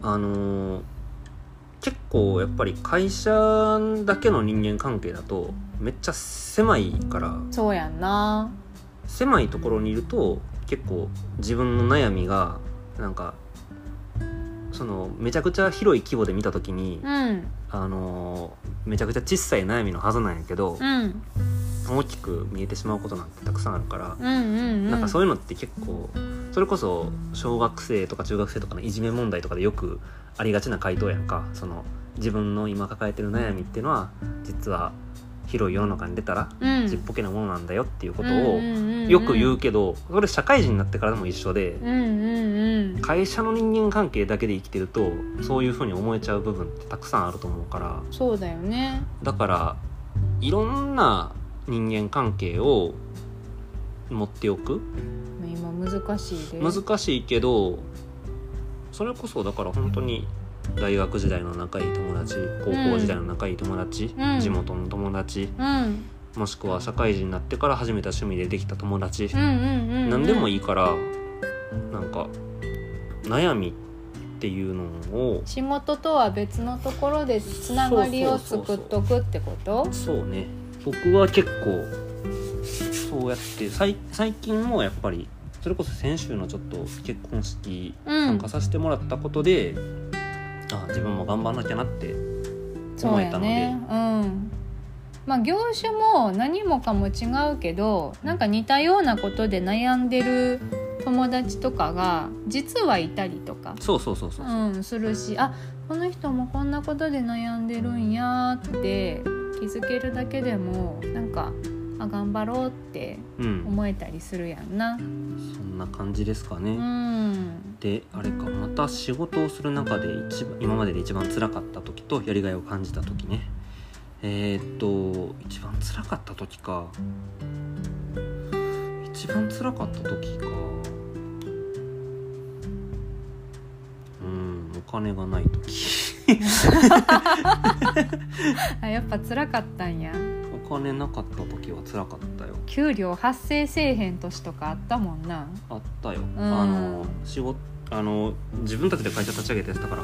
A: あのー結構やっぱり会社だけの人間関係だとめっちゃ狭いから
B: そうやんな
A: 狭いところにいると結構自分の悩みがなんかそのめちゃくちゃ広い規模で見た時に、
B: うん
A: あのーめちゃくちゃ小さい悩みのはずなんやけど
B: う、ん
A: 大きく見えてしまうことなんてたくさんあるから、
B: うんうん
A: なんかそう
B: いう
A: いうのって結構それこそ小学生とか中学生とかのいじめ問題とかでよくありがちな回答やんかその自分の今抱えてる悩みっていうのは実は広い世の中に出たら
B: うん
A: ちっぽけなものなんだよっていうこと
B: うん
A: を
B: うんうんうん
A: よく言うけどそれ社会人になってからでも一緒で
B: うんうんうん
A: 会社の人間関係だけで生きてるとそういうふうに思えちゃう部分ってたくさんあると思うから
B: そうだよね
A: だからいろんな人間関係を持っておく
B: 今難しいで
A: 難しいけどそれこそだから本当に大学時代の仲いい友達高校時代の仲いい友達、
B: うん
A: 地元の友達
B: うん
A: もしくは社会人になってから始めた趣味でできた友達、
B: うんうんうんうん
A: 何でも
B: い
A: いいからなんか悩みっていうのを
B: 仕事とは別のところでつながりを作っとくってこと
A: そうね僕は結構そうやって最最近もやっぱりそれこそ先週のちょっと結婚式
B: う
A: 参
B: ん
A: 加させてもらったことで、あ自分も頑張んなきゃなって
B: そ
A: 思
B: う
A: えた
B: や
A: ので
B: ねうんまあ業種も何もかも違うけどなんか似たようなことで悩んでる友達とかが実はいたりとか、
A: そうそうそうそうう、
B: ん、するしあこの人もこんなことで悩んでるんやって気づけるだけでもなんかあ頑張ろうって
A: うん
B: 思えたりするやんな。
A: そんな感じですかね、
B: うん、
A: であれかまた仕事をする中で一番今までで一番辛かった時とやりがいを感じた時ねえーっと一番辛かった時か一番辛かった時かうんお金がない時
B: あやっぱ辛かったんや
A: お金なかった時は辛かったよ
B: 給料発生せえへん年とかあったもんな。
A: あったよ、
B: ん
A: あの仕事あの自分たちで会社立ち上げてたから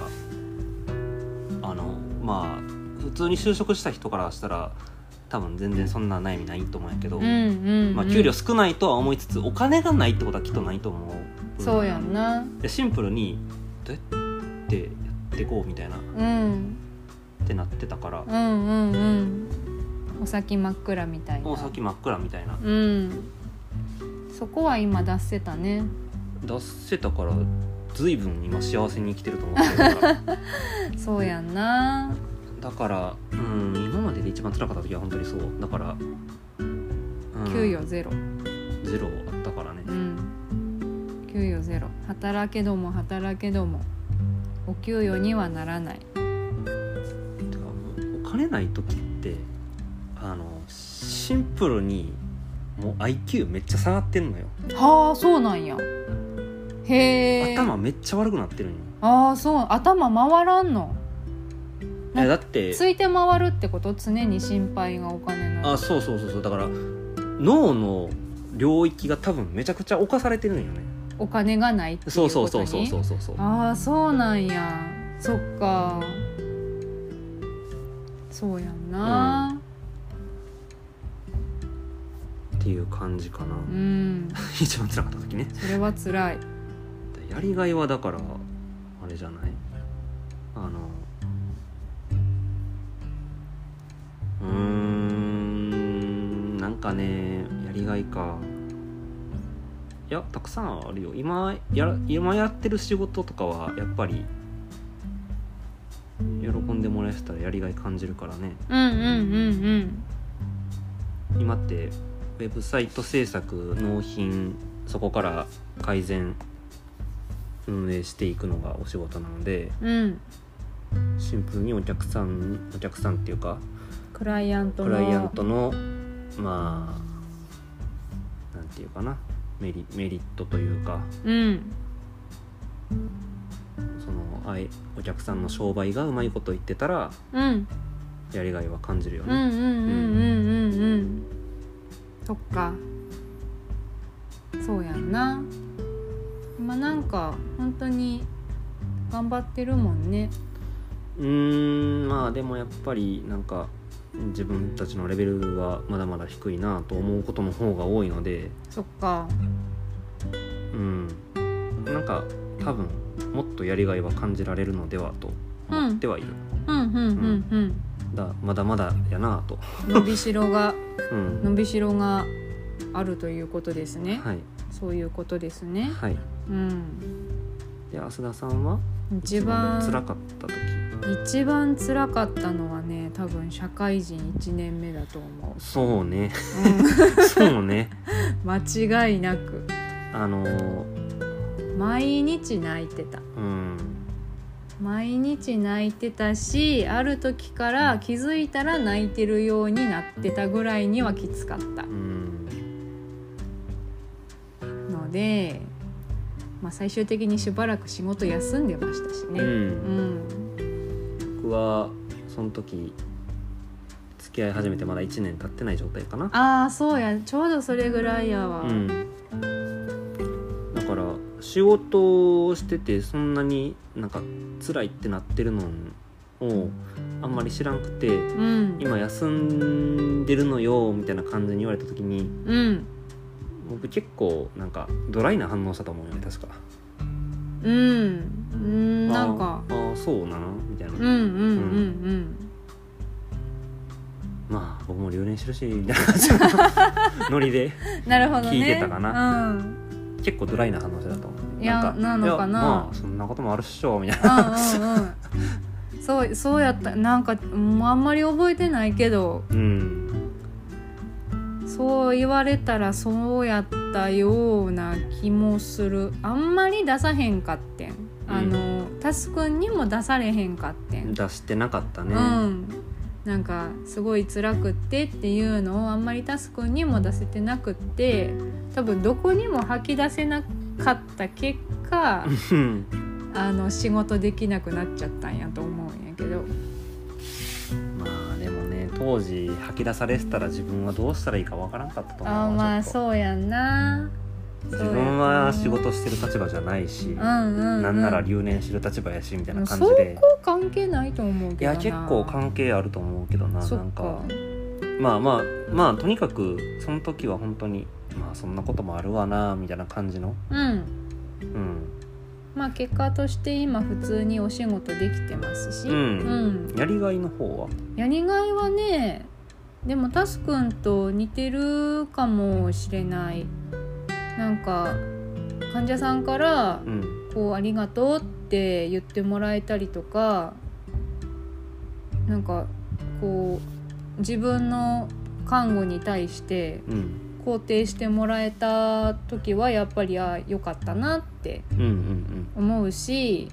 A: あのまあ普通に就職した人からしたら多分全然そんな悩みないと思うんやけど、
B: うんうんうん
A: まあ、給料少ないとは思いつつお金がないってことはきっとないと思う
B: そうやんな
A: でシンプルにどうやってやっていこうみたいなっ
B: うん
A: てなってたから
B: うんうんうんお先真っ暗みたいな
A: もう先真っ暗みたいな
B: うんそこは今出せたね
A: 出せたから随分今幸せに生きてると思ってる から
B: そうやんな
A: だから、うん、今までで一番辛かった時は本当にそうだから、うん
B: 給与ゼロ
A: ゼロあったからね
B: うん給与ゼロ働けども働けどもお給与にはならない
A: てかもうお金ない時ってあのシンプルにもう IQ めっちゃ下がってんのよ、
B: はあそうなんやへえ
A: 頭めっちゃ悪くなってるんよ
B: ああそう頭回らんの
A: い
B: な
A: やだって
B: ついて回るってこと常に心配がお金の
A: あそうそうそうそうだから脳の領域が多分めちゃくちゃ侵されてるんよね
B: お金がないっていうこと
A: そう
B: に
A: そうそうそうそうそうそう
B: ああそうなんやそっかそうやんな
A: っていう感じかな、
B: うん、
A: 一番辛かった時ね
B: それは辛い
A: やりがいはだからあれじゃないあのうーんなんかねやりがいかいやたくさんあるよ今やら今やってる仕事とかはやっぱり喜んでもらえてたらやりがい感じるからね
B: うんうんうん
A: 今ってウェブサイト制作納品そこから改善運営していくのがお仕事なので
B: うんうん
A: シンプルにお客さんお客さんっていうか
B: クライアント
A: ク
B: の
A: ライアントのまあなんていうかなメリメリットというか
B: うん
A: そのあいお客さんの商売がうまいこと言ってたら
B: うん
A: やりがいは感じるよ
B: うんうんう
A: ね。
B: んうんうんうんそっかそうやんな今なんか本当に頑張ってるもんね
A: うーんまあでもやっぱりなんか自分たちのレベルはまだまだ低いなと思うことの方が多いので
B: そっか
A: うんなんか多分もっとやりがいは感じられるのではと思ってはいる、
B: うんうんうん
A: だまだまだやなと、
B: うん伸びしろが
A: うん
B: 伸びしろがあるということですね、
A: はい
B: そういうことですね
A: はい
B: うん
A: で浅田さんは
B: 一番
A: 辛かった時
B: 一番辛かったのはね多分社会人1年目だと思
A: そうね
B: う、う
A: そうね
B: ん、間違いなく
A: あのー
B: 毎日泣いてた
A: うん
B: 毎日泣いてたしある時から気づいたら泣いてるようになってたぐらいにはきつかった
A: うん
B: ので、まあ、最終的にしばらく仕事休んでましたし
A: う
B: ね。うんん、
A: 僕はその時付き合い始めてまだ1年経ってない状態かな
B: ああそうやちょうどそれぐらいやわ。
A: うんだから仕事をしててそんなになんか辛いってなってるのをあんまり知らんくて
B: うん
A: 今休んでるのよみたいな感じに言われた時に
B: うん
A: 僕結構なんかドライな反応したと思うよね確か
B: うんうんなんか
A: あーあーそうなのみたいな、
B: うんうんうん
A: まあ僕も留年してるしみたいな感じのノリで
B: うんなるほどね
A: 聞いてたかな
B: うん
A: 結構ドライな反応してたと思うい
B: いやなのかない
A: やまあそんなこともあるっしょみたいな
B: うんうんうんそう そうやったなんかもうあんまり覚えてないけど
A: うん
B: そう言われたらそうやったような気もするあんまり出さへんかってんあの、タスくんにも出されへんかってん、
A: 出してなかった
B: う
A: ね、
B: んなんかすごい辛くってっていうのをあんまりタスくんにも出せてなくって多分どこにも吐き出せなかった結 果
A: うん
B: あの仕事できなくなっちゃったんやと思うんやけど
A: まあでもね当時吐き出されてたら自分はどうしたらいいかわからんかったと思うわ
B: あーまあ
A: ちょっ
B: そうやんな
A: と自分は仕事してる立場じゃないし、
B: うんうん、うん、
A: なんなら留年してる立場やしみたいな感じ
B: そ
A: で
B: こ関係ないと思う
A: い
B: けど
A: や
B: な
A: 結構関係あると思うけどな
B: そ
A: なん
B: っ
A: か
B: か
A: まあまあまあとにかくその時は本当にまあそんなこともあるわなみたいな感じの
B: うん
A: うん、
B: まあ結果として今普通にお仕事できてますし、
A: うん
B: うん
A: やりがいの方は
B: やりがいはねでもタスくんと似てるかもしれないなんか患者さんから
A: うん
B: こう「ありがとう」って言ってもらえたりとかなんかこう自分の看護に対して
A: うん
B: 肯定してもらえた時はやっぱりあ良かったなって
A: うんうん
B: 思うし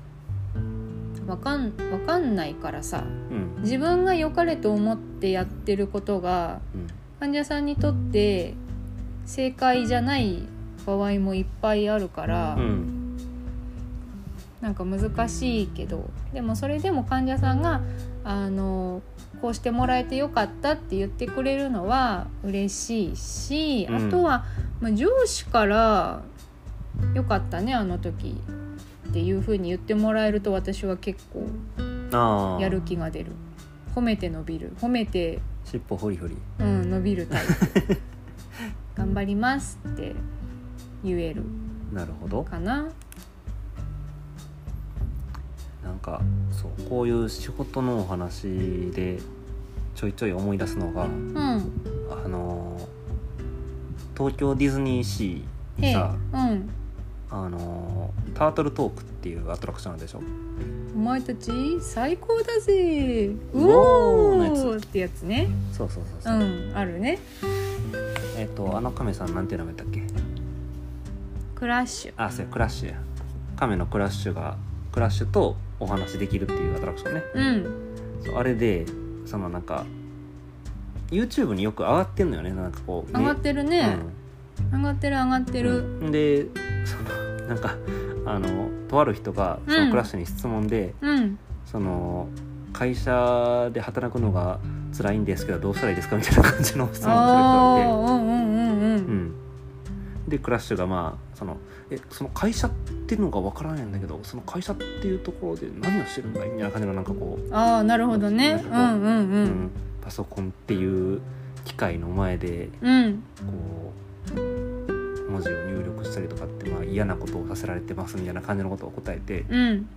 B: わかんわかんないからさ
A: うんうん
B: 自分が良かれと思ってやってることが
A: うん
B: 患者さんにとって正解じゃない場合もいっぱいあるから。
A: うん
B: なんか難しいけどでもそれでも患者さんがあのこうしてもらえてよかったって言ってくれるのは嬉しいし、
A: うん
B: あとは、まあ、上司から「よかったねあの時」っていうふうに言ってもらえると私は結構
A: ああ
B: やる気が出る褒めて伸びる褒めて、
A: 尻尾フリフリ
B: うん、伸びるタイプ 頑張りますって言える
A: なるほど
B: かな。
A: なんかそうこういう仕事のお話でちょいちょい思い出すのが
B: うん、
A: あのー東京ディズニーシー
B: へ
A: に
B: え
A: さ
B: うん
A: あのータートルトークっていうアトラクションあるでしょ
B: お前たち最高だぜ
A: う
B: う
A: お
B: お
A: ー
B: ーってやつね
A: そうそうそう
B: う
A: そう、
B: んあるね
A: えっ、とあの亀さんなんていう名前だったっけ
B: クラッシュ
A: あそうやクラッシュや亀のクラッシュがクラッシュとお話できるっていうアトラクションね
B: うん
A: そうあれでそのなんか YouTube によく上がってんのよねなんかこう
B: 上がってるね、上がってる上がって
A: うん
B: る、
A: うんでそのなんかあのとある人がそのクラッシュに質問で、
B: うん、
A: その会社で働くのが辛いんですけどどうしたらいいですかみたいな感じの質問をする人がいて、
B: あーうんうんうんう
A: うんん、でクラッシュがまあそのえその会社っていうのがわからないんだけどその会社っていうところで何をしてるんだいみたいな感じのなんかこう、
B: ああなるほどねうんうんう
A: うん
B: ん
A: パソコンっていう機械の前で
B: うん
A: こう文字を入力したりとかって、まあ、嫌なことをさせられてますみたいな感じのことを答えて
B: うん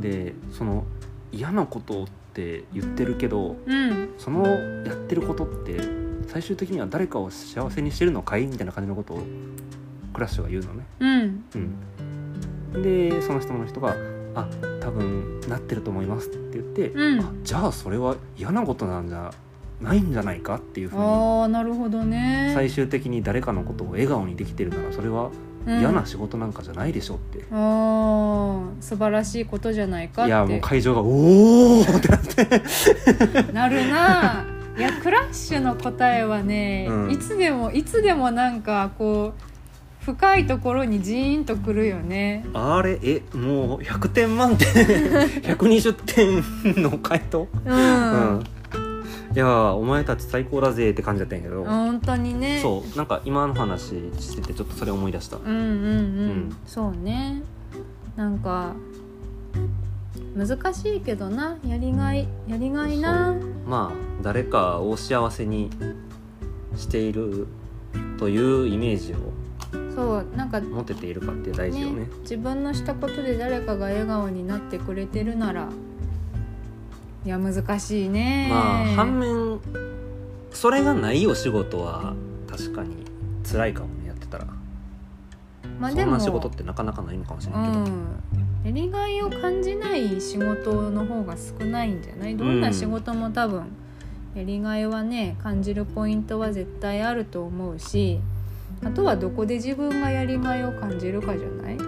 A: でその嫌なことって言ってるけど
B: うん
A: そのやってることって最終的には誰かを幸せにしてるのかいみたいな感じのことをクラッシュが言うのね。
B: うん
A: うん、でその質問の人が「あ多分なってると思います」って言って「
B: うん
A: あじゃあそれは嫌なことなんじゃないんじゃないか」っていうふうに
B: ああなるほどね
A: 最終的に誰かのことを笑顔にできてるならそれは
B: うん
A: 嫌な仕事なんかじゃないでしょうって。
B: ああ素晴らしいことじゃないか
A: いや
B: っ
A: もう
B: て
A: 会場が「おお!」ってなって
B: なるなあいやクラッシュの答えはね、
A: うん
B: いつでもいつでもなんかこう深いところにジーンとくるよね
A: あれえもう100点満 点120点の回答
B: う
A: う
B: ん、
A: んいやーお前たち最高だぜって感じだったんやけど、
B: 本当にね
A: そうなんか今の話しててちょっとそれ思い出した、
B: うんうんう
A: う
B: ん、
A: ん
B: そうねなんか難しいけどなやりがいやりがいな
A: まあ誰かを幸せにしているというイメージを
B: そうなんかね
A: 持てているかって大事よね
B: 自分のしたことで誰かが笑顔になってくれてるならいや難しいね
A: まあ反面それがないお仕事は確かに辛いかもねやってたら、
B: まあ
A: そ
B: で
A: ん
B: も
A: な仕事ってなかなかないのかもしれ
B: う
A: ないけど、
B: んやりがいを感じない仕事の方が少ないんじゃないどんな仕事も多分やりがいはね感じるポイントは絶対あると思うしあとはどこで自分がやりがいを感じるかじゃない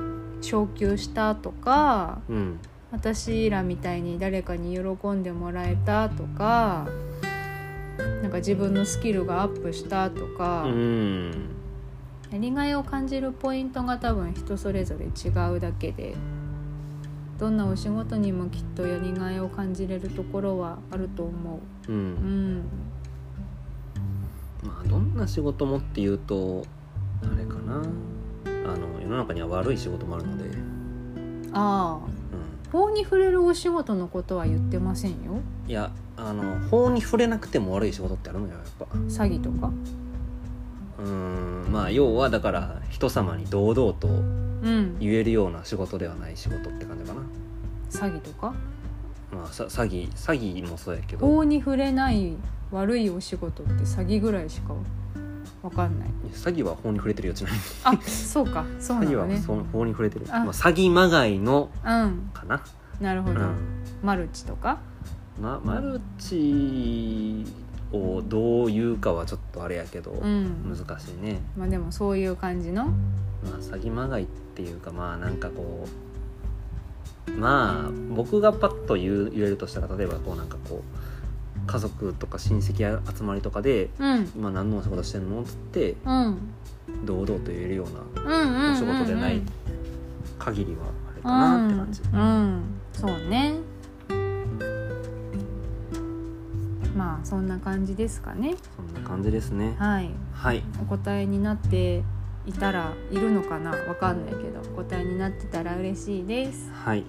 B: 昇給したとか
A: うん
B: 私らみたいに誰かに喜んでもらえたとかなんか自分のスキルがアップしたとか。
A: うん
B: やりがいを感じるポイントが多分人それぞれ違うだけでどんなお仕事にもきっとやりがいを感じれるところはあると思
A: う
B: う。うんん、
A: まあどんな仕事もっていうとあれかなあの世の中には悪い仕事もあるので、うん、
B: ああ法に触れるお仕事のことは言ってませんよ
A: いやあの法に触れなくても悪い仕事ってあるのよやっぱ
B: 詐欺とか。
A: うーんまあ要はだから人様に堂々と
B: うん、
A: 言えるような仕事ではない仕事って感じかな、
B: 詐欺とか
A: まあ、さ詐欺詐欺もそうやけど
B: 法に触れない悪いお仕事って詐欺ぐらいしかわかんない。
A: 詐欺は法に触れてるよちなみに
B: あそうかそうな
A: 詐欺
B: の
A: は
B: ね。
A: その法に触れてる
B: あ
A: まあ、詐欺まがいの
B: うん
A: かな、
B: なる
A: う
B: ほど、
A: ん
B: マルチとか。
A: ま、マルチをどう言うかはちょっとあれやけど、
B: うん、
A: 難しいね、
B: まあでもそういう感じの。
A: まあ、詐欺まがいっていうかまあなんかこうまあ僕がパッと言う言えるとしたら例えばこうなんかこう家族とか親戚集まりとかで
B: うん
A: 「今何のお仕事してんの?」っつって
B: うん
A: 堂々と言えるよう
B: うん
A: な
B: お
A: お仕事でない限りはあれかなって感じ。
B: うん、うんそうねまあそんな感じですかね
A: そんな感じですね。
B: はい
A: はい、
B: お答えになっていたらいるのかなわかんないけどお答えになってたら嬉しいです
A: はい、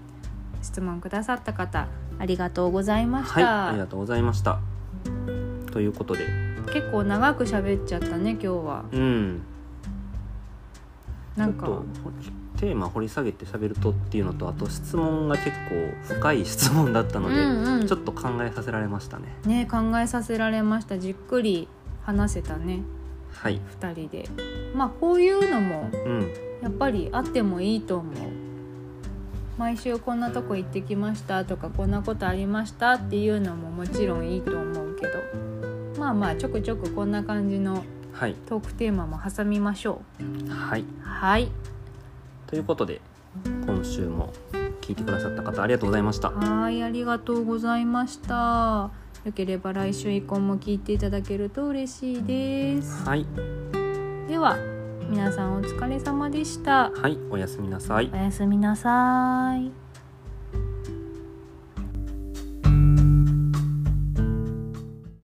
B: 質問くださった方ありがとうございまし
A: はい、
B: た、
A: ありがとうございました。ということで、
B: 結構長く喋っちゃったね今日は
A: うん、
B: なん
A: ちょ
B: か
A: っとほテーマ掘り下げて喋るとっていうのとあと質問が結構深い質問だったので、
B: うんうん
A: ちょっと考えさせられましたね
B: ね考えさせられましたじっくり話せたね
A: はい
B: 2人でまあこういうのも
A: うん
B: やっぱりあってもいいと思う毎週こんなとこ行ってきましたとかこんなことありましたっていうのももちろんいいと思うけどまあまあちょくちょくこんな感じの
A: はい
B: トークテーマも挟みましょ
A: はい。
B: うはい
A: ということで今週も聞いてくださった方ありがとうございました。
B: はいありがとうございましたよければ来週以降も聞いていただけると嬉しいです
A: はい
B: では皆さんお疲れ様でした
A: はいおやすみなさい
B: お。やすみなさい